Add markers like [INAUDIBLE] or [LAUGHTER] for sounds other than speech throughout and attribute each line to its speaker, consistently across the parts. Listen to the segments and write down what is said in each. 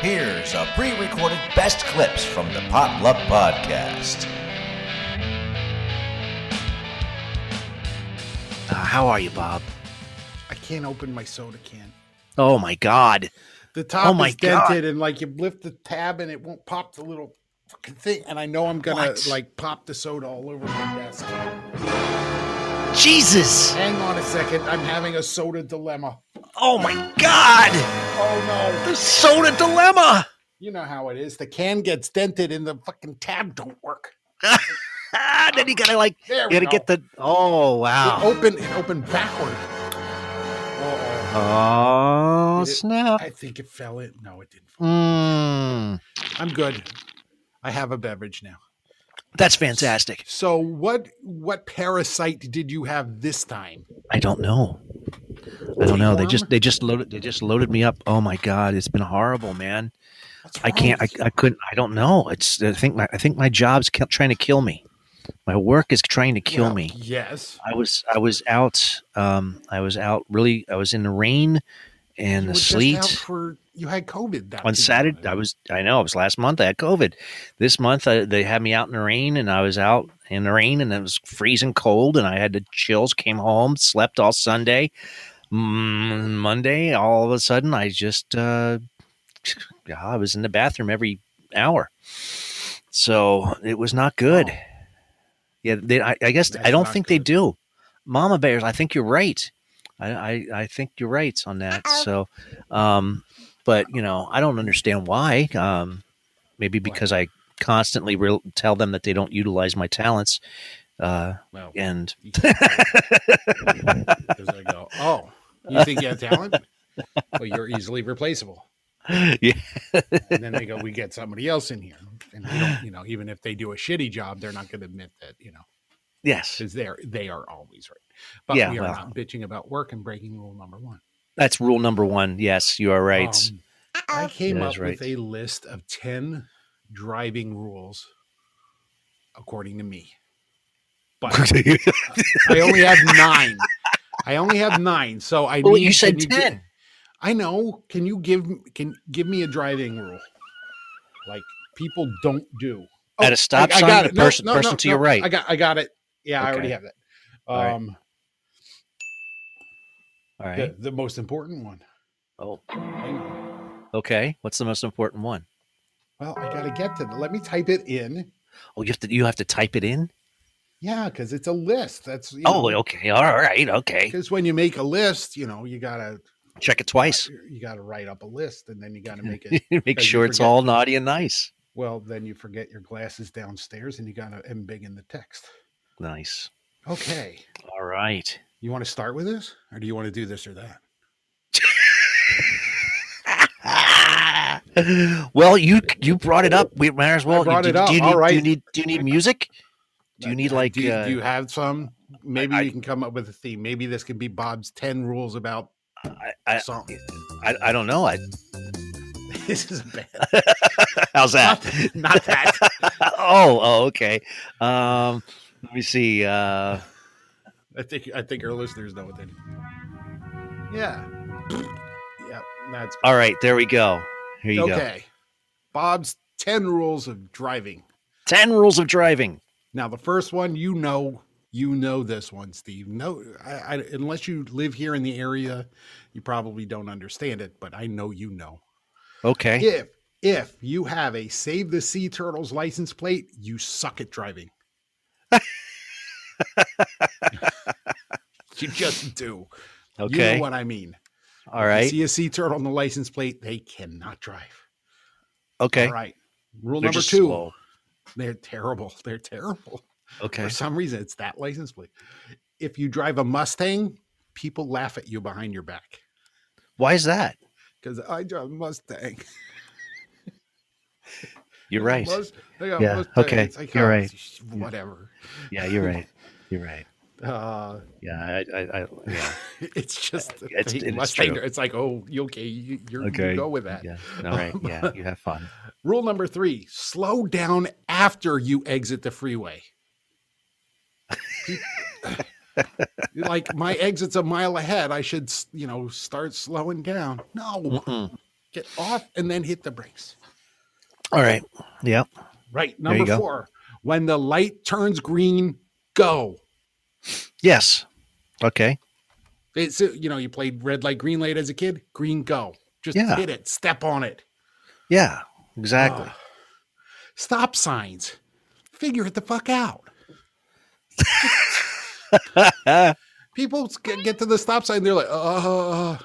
Speaker 1: Here's a pre recorded best clips from the Pot Love Podcast.
Speaker 2: Uh, how are you, Bob?
Speaker 3: I can't open my soda can.
Speaker 2: Oh my God!
Speaker 3: The top
Speaker 2: Oh my
Speaker 3: is dented,
Speaker 2: God.
Speaker 3: and like you lift the tab, and it won't pop the little fucking thing. And I know I'm gonna
Speaker 2: What?
Speaker 3: like pop the soda all over my desk.
Speaker 2: Jesus!
Speaker 3: Hang on a second. I'm having a soda dilemma.
Speaker 2: Oh my God!
Speaker 3: Oh no!
Speaker 2: The soda dilemma. [LAUGHS]
Speaker 3: You know how it is. The can gets dented, and the fucking tab don't work.
Speaker 2: Ah, then you gotta like,
Speaker 3: There
Speaker 2: you
Speaker 3: we
Speaker 2: gotta
Speaker 3: go.
Speaker 2: get the. Oh
Speaker 3: It
Speaker 2: wow!
Speaker 3: opened. It opened backward. Uh-oh.
Speaker 2: Oh
Speaker 3: Did it-
Speaker 2: snap!
Speaker 3: I think it fell in. No, it didn't. Fall.
Speaker 2: Mm,
Speaker 3: I'm good. I have a beverage now.
Speaker 2: that's fantastic.
Speaker 3: So what? What parasite did you have this time?
Speaker 2: I don't know. I don't know. They
Speaker 3: Tapeworm?
Speaker 2: just they just loaded they just loaded me up. Oh my God! It's been horrible, man.
Speaker 3: What's
Speaker 2: I
Speaker 3: wrong
Speaker 2: can't. I,
Speaker 3: with you?
Speaker 2: I couldn't. I don't know. It's. I think my I think my job's ki- trying to kill me. My work is trying to kill
Speaker 3: Well,
Speaker 2: me.
Speaker 3: Yes.
Speaker 2: I was I was out. Um, I was out. Really, I was in the rain and the
Speaker 3: You were just
Speaker 2: sleet
Speaker 3: out for you had COVID that
Speaker 2: on
Speaker 3: season,
Speaker 2: Saturday.
Speaker 3: right?
Speaker 2: I was. I know. It was last month. I had COVID. This month I, they had me out in the rain, and I was out in the rain, and it was freezing cold, and I had the chills. Came home, slept all Sunday. Mm, Monday, all of a sudden, I just uh, yeah, I was in the bathroom every hour, so it was not good.
Speaker 3: Oh.
Speaker 2: Yeah, they, I, I guess
Speaker 3: That's
Speaker 2: I don't
Speaker 3: not
Speaker 2: think they
Speaker 3: good.
Speaker 2: do. Mama bears, I think you're right. I, I, I think you're right on that. So, um, but you know, I don't understand why. Um, maybe because I constantly re- tell them that they don't utilize my talents. Uh,
Speaker 3: Well,
Speaker 2: and [GASPS]
Speaker 3: you can't tell. 'Cause I go, oh, you think you have talent? Well, you're easily replaceable.
Speaker 2: yeah,
Speaker 3: And then they go, we get somebody else in here, and they don't, you know, even if they do a shitty job, they're not going to admit that, you know,
Speaker 2: yes,
Speaker 3: because they're they are always right. But
Speaker 2: Yeah,
Speaker 3: we are
Speaker 2: well.
Speaker 3: not bitching about work and breaking rule number one.
Speaker 2: that's rule number one. Yes, you are right.
Speaker 3: Um, I came
Speaker 2: That
Speaker 3: up
Speaker 2: is right.
Speaker 3: with a list of ten driving rules, according to me. But
Speaker 2: [LAUGHS]
Speaker 3: I only have nine. I only have nine. So I
Speaker 2: Well,
Speaker 3: need.
Speaker 2: you said
Speaker 3: can gi-
Speaker 2: 10.
Speaker 3: I know. Can you give can give me a driving rule? Like people don't do
Speaker 2: At a stop
Speaker 3: oh, I- I
Speaker 2: sign,
Speaker 3: got
Speaker 2: the
Speaker 3: it. No,
Speaker 2: person,
Speaker 3: no,
Speaker 2: person
Speaker 3: no,
Speaker 2: to your
Speaker 3: no.
Speaker 2: right.
Speaker 3: I got. I got it. Yeah, I
Speaker 2: Okay.
Speaker 3: already have that.
Speaker 2: All right.
Speaker 3: Um,
Speaker 2: all right.
Speaker 3: the, the most important one.
Speaker 2: Oh,
Speaker 3: Hang on.
Speaker 2: okay. What's the most important one?
Speaker 3: Well, I gotta get to. The, let me type it in.
Speaker 2: Oh, you have to you have to type it in.
Speaker 3: Yeah, because it's a list. That's you
Speaker 2: Oh, okay. All right. Okay.
Speaker 3: Because when you make a list, you know you gotta uh,
Speaker 2: Check it twice.
Speaker 3: [LAUGHS]
Speaker 2: [LAUGHS]
Speaker 3: you gotta write up a list, and then you gotta make it
Speaker 2: Make
Speaker 3: you
Speaker 2: sure it's
Speaker 3: forget-
Speaker 2: all naughty and nice.
Speaker 3: Well, then you forget your glasses downstairs and you got to embiggen the text.
Speaker 2: Nice.
Speaker 3: Okay.
Speaker 2: All right. [LAUGHS]
Speaker 3: You want to start with this or do you want to do this or that?
Speaker 2: well, you you brought it up. We might as well.
Speaker 3: brought
Speaker 2: do,
Speaker 3: it up.
Speaker 2: Do you need,
Speaker 3: All
Speaker 2: Do you
Speaker 3: right.
Speaker 2: need do you need music? Do you need like
Speaker 3: do you,
Speaker 2: uh,
Speaker 3: do you have some? Maybe
Speaker 2: I-
Speaker 3: we can come up with a theme. Maybe this could be Bob's 10 rules about
Speaker 2: I, uh, I, [LAUGHS]
Speaker 3: something. [LAUGHS]
Speaker 2: I I don't know. I, [LAUGHS]
Speaker 3: this is bad.
Speaker 2: how's
Speaker 3: Not,
Speaker 2: that? [LAUGHS]
Speaker 3: not that.
Speaker 2: oh, oh, okay. Um, let me see. Uh,
Speaker 3: I think I think our listeners know what they do. Yeah. yeah, that's
Speaker 2: all right, there we go. Here you go.
Speaker 3: okay. Bob's 10 rules of driving.
Speaker 2: Ten rules of driving.
Speaker 3: Now, the first one, you know, you know this one, Steve. No, I, I, unless you live here in the area, you probably don't understand it, but I know you know.
Speaker 2: Okay.
Speaker 3: If if you have a Save the Sea Turtles license plate, you suck at driving. you just do. You
Speaker 2: Okay.
Speaker 3: know what I mean.
Speaker 2: all
Speaker 3: You
Speaker 2: right.
Speaker 3: see a sea turtle on the license plate, they cannot drive.
Speaker 2: Okay.
Speaker 3: All right. Rule
Speaker 2: They're
Speaker 3: number
Speaker 2: just
Speaker 3: two.
Speaker 2: slow.
Speaker 3: They're terrible. They're terrible.
Speaker 2: Okay.
Speaker 3: For some reason, it's that license plate. If you drive a Mustang, people laugh at you behind your back
Speaker 2: Why is that?
Speaker 3: because I drive a Mustang. [LAUGHS]
Speaker 2: You're right.
Speaker 3: Mus- I got a
Speaker 2: Yeah,
Speaker 3: Mustang.
Speaker 2: okay,
Speaker 3: It's like,
Speaker 2: you're
Speaker 3: oh,
Speaker 2: right.
Speaker 3: sh- Whatever.
Speaker 2: Yeah, you're
Speaker 3: [LAUGHS]
Speaker 2: right. You're right.
Speaker 3: Uh,
Speaker 2: Yeah, I, I, I yeah.
Speaker 3: [LAUGHS]
Speaker 2: Uh,
Speaker 3: it's just a
Speaker 2: It's-
Speaker 3: fake
Speaker 2: it is
Speaker 3: Mustang.
Speaker 2: true.
Speaker 3: It's like, oh, you okay? You, you're,
Speaker 2: Okay,
Speaker 3: you go with that.
Speaker 2: yeah.
Speaker 3: [LAUGHS]
Speaker 2: All right. Yeah, you have fun.
Speaker 3: Rule number three: slow down after you exit the freeway. [LAUGHS] like my exit's a mile ahead. I should, s- you know, start slowing down. No,
Speaker 2: Mm-mm.
Speaker 3: Get off and then hit the brakes.
Speaker 2: All right. Yep.
Speaker 3: Right.
Speaker 2: There you
Speaker 3: Number
Speaker 2: go.
Speaker 3: four, when the light turns green, go.
Speaker 2: Yes. Okay.
Speaker 3: It's uh, you know you played red light, green light as a kid. Green, go. Just
Speaker 2: Yeah.
Speaker 3: hit it. Step on it.
Speaker 2: Yeah. Exactly.
Speaker 3: Ugh. Stop signs. Figure it the fuck out.
Speaker 2: [LAUGHS]
Speaker 3: People s- get get to the stop sign. They're like, uh,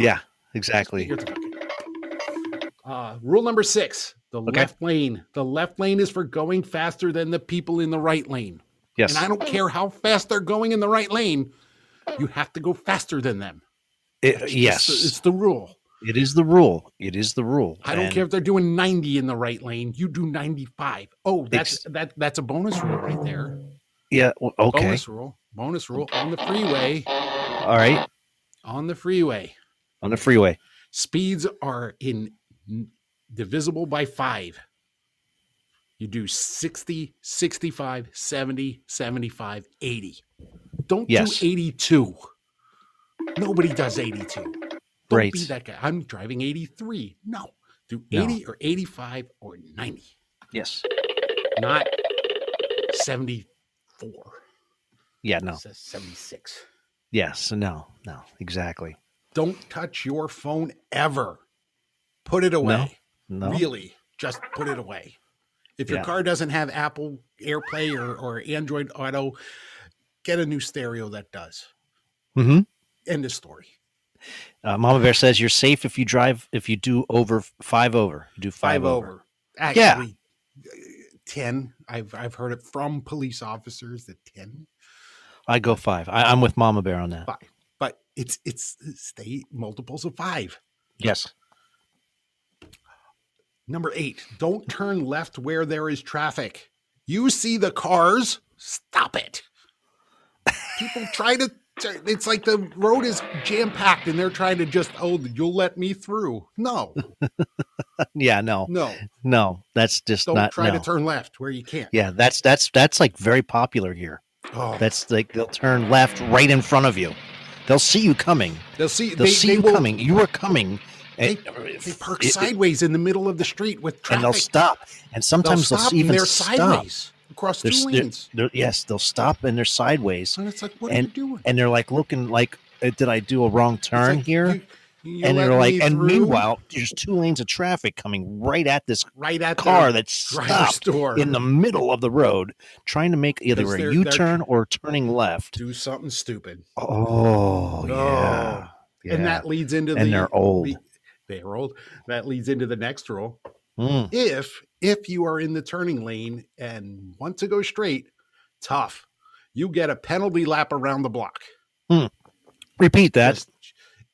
Speaker 2: yeah. Exactly.
Speaker 3: figure it the fuck out. Uh, rule number six: the
Speaker 2: Okay.
Speaker 3: left lane. The left lane is for going faster than the people in the right lane.
Speaker 2: Yes.
Speaker 3: And I don't care how fast they're going in the right lane. You have to go faster than them.
Speaker 2: It-
Speaker 3: It's
Speaker 2: yes.
Speaker 3: the- it's the rule.
Speaker 2: it is the rule. It is the rule.
Speaker 3: I don't
Speaker 2: And
Speaker 3: care if they're doing 90 in the right lane. You do 95. Oh, that's
Speaker 2: Ex-
Speaker 3: that that's a bonus rule right there.
Speaker 2: Yeah. well, Okay.
Speaker 3: Bonus rule. Bonus rule on the freeway.
Speaker 2: All right.
Speaker 3: On the freeway.
Speaker 2: On the freeway.
Speaker 3: Speeds are in n- divisible by 5. You do 60, 65, 70, 75, 80. Don't
Speaker 2: Yes.
Speaker 3: do 82. Nobody does 82. Don't
Speaker 2: Right.
Speaker 3: be that guy. I'm driving 83. No. Do
Speaker 2: No.
Speaker 3: 80 or 85 or 90.
Speaker 2: Yes.
Speaker 3: not 74
Speaker 2: Yeah. No.
Speaker 3: says 76
Speaker 2: Yes. No. No. Exactly.
Speaker 3: don't touch your phone ever put it away
Speaker 2: No.
Speaker 3: really just put it away if your
Speaker 2: Yeah.
Speaker 3: car doesn't have apple airplay or, or android auto get a new stereo that does
Speaker 2: hmm
Speaker 3: end of story
Speaker 2: Uh, Mama Bear says you're safe if you drive if you do over five over. Do five,
Speaker 3: five
Speaker 2: over.
Speaker 3: over actually uh, 10 i've i've heard it from police officers that 10
Speaker 2: I go five. I, I'm with Mama Bear on that.
Speaker 3: Five. but it's it's stay multiples of five
Speaker 2: Yes. [LAUGHS]
Speaker 3: Number eight, don't turn left where there is traffic. You see the cars, stop it. People try to, tur- it's like the road is jam packed and they're trying to just, oh, you'll let me through. No,
Speaker 2: yeah. No.
Speaker 3: no,
Speaker 2: No. That's just
Speaker 3: don't
Speaker 2: not.
Speaker 3: try
Speaker 2: no.
Speaker 3: to turn left where you can't.
Speaker 2: Yeah. That's that's that's like very popular here.
Speaker 3: Oh,
Speaker 2: That's like they'll turn left right in front of you. They'll see you coming.
Speaker 3: they'll see,
Speaker 2: They'll
Speaker 3: they,
Speaker 2: see
Speaker 3: they
Speaker 2: you
Speaker 3: will-
Speaker 2: coming. You are coming.
Speaker 3: They-
Speaker 2: and-
Speaker 3: They park
Speaker 2: it- it-
Speaker 3: sideways in the middle of the street with traffic.
Speaker 2: and they'll stop. And sometimes they'll,
Speaker 3: stop and
Speaker 2: even
Speaker 3: they're
Speaker 2: stop.
Speaker 3: sideways across
Speaker 2: They're,
Speaker 3: 2
Speaker 2: s- they're-
Speaker 3: lanes.
Speaker 2: they're- yes, they'll stop and they're sideways,
Speaker 3: And it's like, what
Speaker 2: and-
Speaker 3: are you doing?
Speaker 2: and they're like looking like, uh, "Did I do a wrong
Speaker 3: It's like,
Speaker 2: turn here?"
Speaker 3: you- you
Speaker 2: and
Speaker 3: let
Speaker 2: they're like,
Speaker 3: me
Speaker 2: and
Speaker 3: through?
Speaker 2: meanwhile, there's two lanes of traffic coming right at this
Speaker 3: right at the
Speaker 2: car that's
Speaker 3: driver's
Speaker 2: stopped
Speaker 3: door.
Speaker 2: in the middle of the road, trying to make either
Speaker 3: Because
Speaker 2: a
Speaker 3: they're- they're-
Speaker 2: U-turn or turning left.
Speaker 3: do something stupid.
Speaker 2: Oh,
Speaker 3: No.
Speaker 2: yeah, yeah.
Speaker 3: And that leads into the
Speaker 2: and they're old.
Speaker 3: the- they're old. That leads into the next rule.
Speaker 2: Mm,
Speaker 3: If if you are in the turning lane and want to go straight, tough. You get a penalty lap around the block.
Speaker 2: Repeat that.
Speaker 3: Just-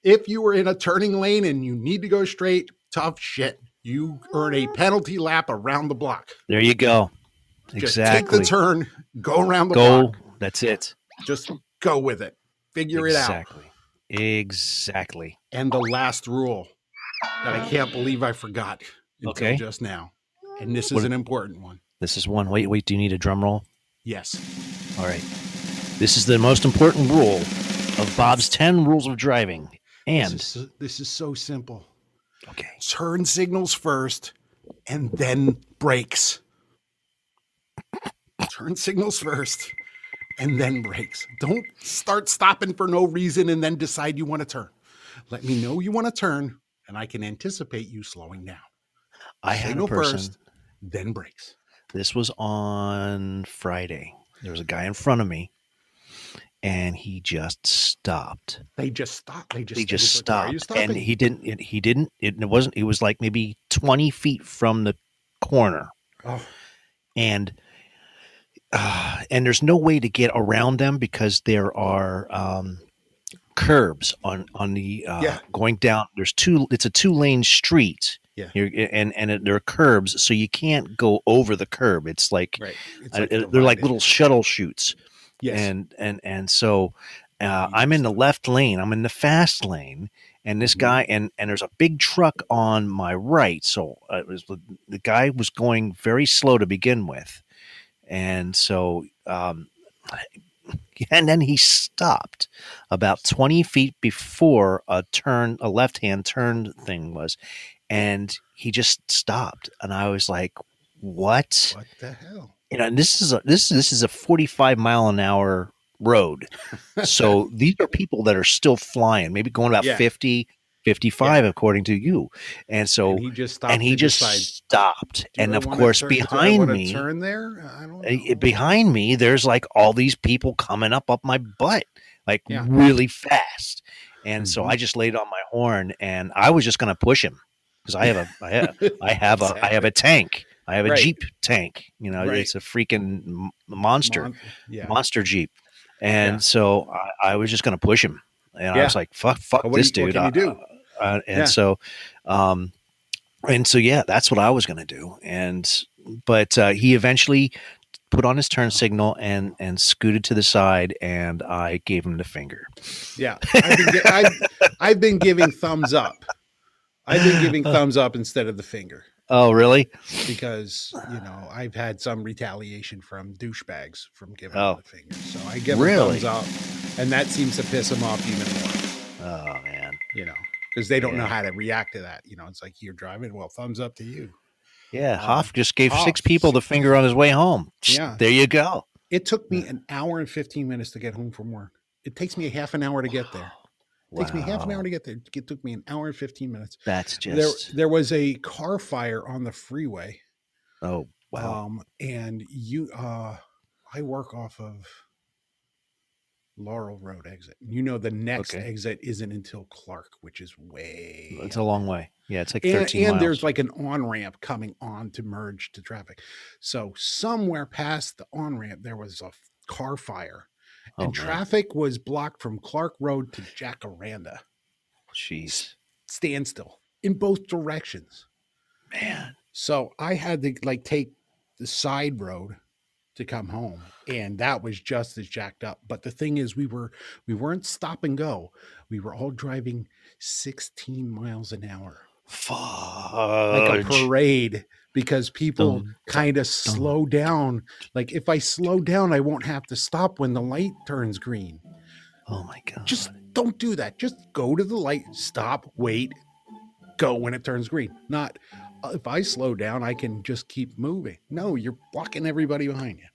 Speaker 3: if you were in a turning lane and you need to go straight, tough shit. You earn a penalty lap around the block.
Speaker 2: There you go.
Speaker 3: Just
Speaker 2: exactly.
Speaker 3: take the turn, go around the
Speaker 2: Go.
Speaker 3: block.
Speaker 2: That's it.
Speaker 3: Just go with it. Figure it out.
Speaker 2: exactly. Exactly.
Speaker 3: and the last rule that I can't believe I forgot until
Speaker 2: Okay.
Speaker 3: just now. And this is
Speaker 2: What-
Speaker 3: an important one.
Speaker 2: This is one. Wait, wait. Do you need a drum roll?
Speaker 3: Yes.
Speaker 2: All right. This is the most important rule of Bob's 10 rules of driving. And,
Speaker 3: this is, this is so simple.
Speaker 2: okay.
Speaker 3: Turn signals first and then brakes. Turn signals first and then brakes. Don't start stopping for no reason and then decide you want to turn. Let me know you want to turn and I can anticipate you slowing down.
Speaker 2: I had a
Speaker 3: Signal
Speaker 2: person.
Speaker 3: then brakes.
Speaker 2: This was on Friday. There was a guy in front of me and he just stopped.
Speaker 3: They just stop. They just,
Speaker 2: he
Speaker 3: they
Speaker 2: just
Speaker 3: look, "Why are
Speaker 2: stopped
Speaker 3: you stopping?"
Speaker 2: and he didn't it, he didn't it, it wasn't it was like maybe 20 feet from the corner
Speaker 3: Oh.
Speaker 2: and [SIGHS] uh, and there's no way to get around them because there are um, curbs on on the uh,
Speaker 3: Yeah.
Speaker 2: going down. There's two. It's a two lane street.
Speaker 3: Yeah.
Speaker 2: You're, and and it, there are curbs, so you can't go over the curb. It's like,
Speaker 3: Right.
Speaker 2: uh, they're like little shuttle chutes.
Speaker 3: Yes.
Speaker 2: And and and so uh, I'm in the left lane. I'm in the fast lane, and this
Speaker 3: Mhm.
Speaker 2: guy and and there's a big truck on my right. So uh, it was the guy was going very slow to begin with, and so um, [LAUGHS] and then he stopped about 20 feet before a turn a left hand turn thing was and he just stopped and i was like what
Speaker 3: What the hell?
Speaker 2: you know and uh, this is a this this is a 45 mile an hour
Speaker 3: [LAUGHS]
Speaker 2: road so these are people that are still flying maybe going about
Speaker 3: Yeah.
Speaker 2: 50 55 according to you and so
Speaker 3: and he just stopped.
Speaker 2: and he
Speaker 3: to
Speaker 2: just
Speaker 3: decide,
Speaker 2: stopped
Speaker 3: do
Speaker 2: and
Speaker 3: I
Speaker 2: of
Speaker 3: wanna
Speaker 2: course
Speaker 3: turn- do I
Speaker 2: behind
Speaker 3: wanna
Speaker 2: me
Speaker 3: Turn there. I don't.
Speaker 2: uh,
Speaker 3: Know.
Speaker 2: behind me there's like all these people coming up up my butt like
Speaker 3: Yeah.
Speaker 2: really fast and so
Speaker 3: Mhm.
Speaker 2: i just laid on my horn and i was just going to push him because i have a i
Speaker 3: [LAUGHS]
Speaker 2: have, I have a i have a tank i have a
Speaker 3: Right.
Speaker 2: jeep tank you know
Speaker 3: Right.
Speaker 2: it's a freaking m- monster
Speaker 3: Mon- yeah.
Speaker 2: monster jeep and
Speaker 3: Yeah.
Speaker 2: so I, I was just going to push him and i
Speaker 3: Yeah.
Speaker 2: was like fuck fuck
Speaker 3: But what
Speaker 2: this
Speaker 3: do you- what
Speaker 2: dude
Speaker 3: can you
Speaker 2: I-
Speaker 3: do?
Speaker 2: uh, and
Speaker 3: Yeah.
Speaker 2: so um and so yeah that's what i was going to do and but uh, he eventually put on his turn signal and and scooted to the side and i gave him the finger
Speaker 3: Yeah, I've been,
Speaker 2: [LAUGHS]
Speaker 3: gi- I've, I've been giving thumbs up. I've been giving
Speaker 2: Uh.
Speaker 3: thumbs up instead of the finger
Speaker 2: oh really
Speaker 3: because you know I've had some retaliation from douchebags from giving
Speaker 2: Oh.
Speaker 3: the finger. So I give 'em
Speaker 2: Really?
Speaker 3: thumbs up, and that seems to piss them off even more.
Speaker 2: oh man
Speaker 3: You know, because they don't know
Speaker 2: Yeah.
Speaker 3: how to react to that. You know, it's like you're driving. Well, thumbs up to you.
Speaker 2: yeah
Speaker 3: Wow.
Speaker 2: hoff just gave six
Speaker 3: Hoff.
Speaker 2: people the finger on his way home
Speaker 3: Yeah.
Speaker 2: there you go
Speaker 3: It took me an hour and fifteen minutes to get home from work. It takes me a half an hour to get there. It takes me half an
Speaker 2: Wow.
Speaker 3: hour to get there. It took me an hour and fifteen minutes.
Speaker 2: that's just
Speaker 3: There, there was a car fire on the freeway.
Speaker 2: oh wow
Speaker 3: Um, and you, uh, I work off of Laurel Road exit. You know, the next
Speaker 2: Okay.
Speaker 3: exit isn't until Clark, which is way.
Speaker 2: it's a
Speaker 3: up.
Speaker 2: long way yeah it's like 13
Speaker 3: and, and
Speaker 2: miles.
Speaker 3: there's like an on ramp coming on to merge to traffic. So somewhere past the on ramp, there was a f- car fire,
Speaker 2: oh,
Speaker 3: and
Speaker 2: man.
Speaker 3: traffic was blocked from Clark Road to Jacaranda.
Speaker 2: jeez
Speaker 3: Standstill in both directions.
Speaker 2: man
Speaker 3: So I had to like take the side road to come home, and that was just as jacked up. But the thing is, we were we weren't stop and go. We were all driving 16 miles an hour, like a
Speaker 2: Fudge.
Speaker 3: parade, because people
Speaker 2: Dun,
Speaker 3: kind of slow down. Like if I slow down, I won't have to stop when the light turns green.
Speaker 2: oh my god
Speaker 3: Just don't do that. Just go to the light, stop, wait, go when it turns green. Not "Uh, if I slow down, I can just keep moving. No, you're blocking everybody behind you.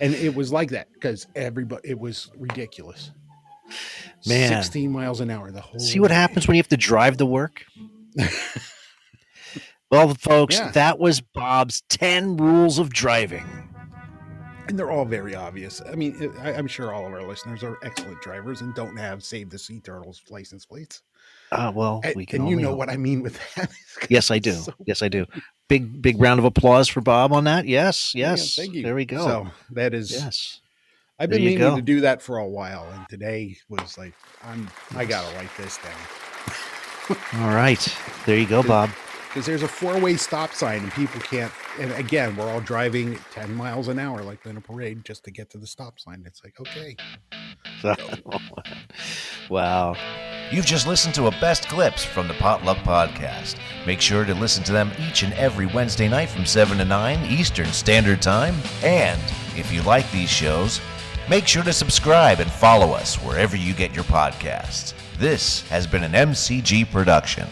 Speaker 3: And it was like that because everybody, it was ridiculous.
Speaker 2: Man.
Speaker 3: 16 miles an hour. The whole
Speaker 2: See what
Speaker 3: way.
Speaker 2: happens when you have to drive to work?
Speaker 3: [LAUGHS]
Speaker 2: well, folks,
Speaker 3: Yeah.
Speaker 2: that was Bob's 10 rules of driving.
Speaker 3: And they're all very obvious. I mean, it- I, I'm sure all of our listeners are excellent drivers and don't have Save the Sea Turtles license plates.
Speaker 2: Uh, well,
Speaker 3: And,
Speaker 2: we can
Speaker 3: and you
Speaker 2: only
Speaker 3: know
Speaker 2: hope.
Speaker 3: what I mean with that.
Speaker 2: [LAUGHS]
Speaker 3: [LAUGHS]
Speaker 2: Yes, I do.
Speaker 3: So-
Speaker 2: yes, I do. Big, big round of applause for Bob on that. Yes,
Speaker 3: Yeah,
Speaker 2: yes. There we go.
Speaker 3: So that is.
Speaker 2: yes.
Speaker 3: I've
Speaker 2: There
Speaker 3: been
Speaker 2: you
Speaker 3: meaning
Speaker 2: go.
Speaker 3: to do that for a while, and today was like, I'm I gotta write this down
Speaker 2: All right. There you go, Bob.
Speaker 3: because there's a four way stop sign, and people can't. And again, we're all driving ten miles an hour, like in a parade, just to get to the stop sign. It's like, okay,
Speaker 2: [LAUGHS] wow.
Speaker 1: You've just listened to a best clips from the Potluck Podcast. Make sure to listen to them each and every Wednesday night from 7 to 9 Eastern Standard Time. And if you like these shows, make sure to subscribe and follow us wherever you get your podcasts. This has been an MCG production.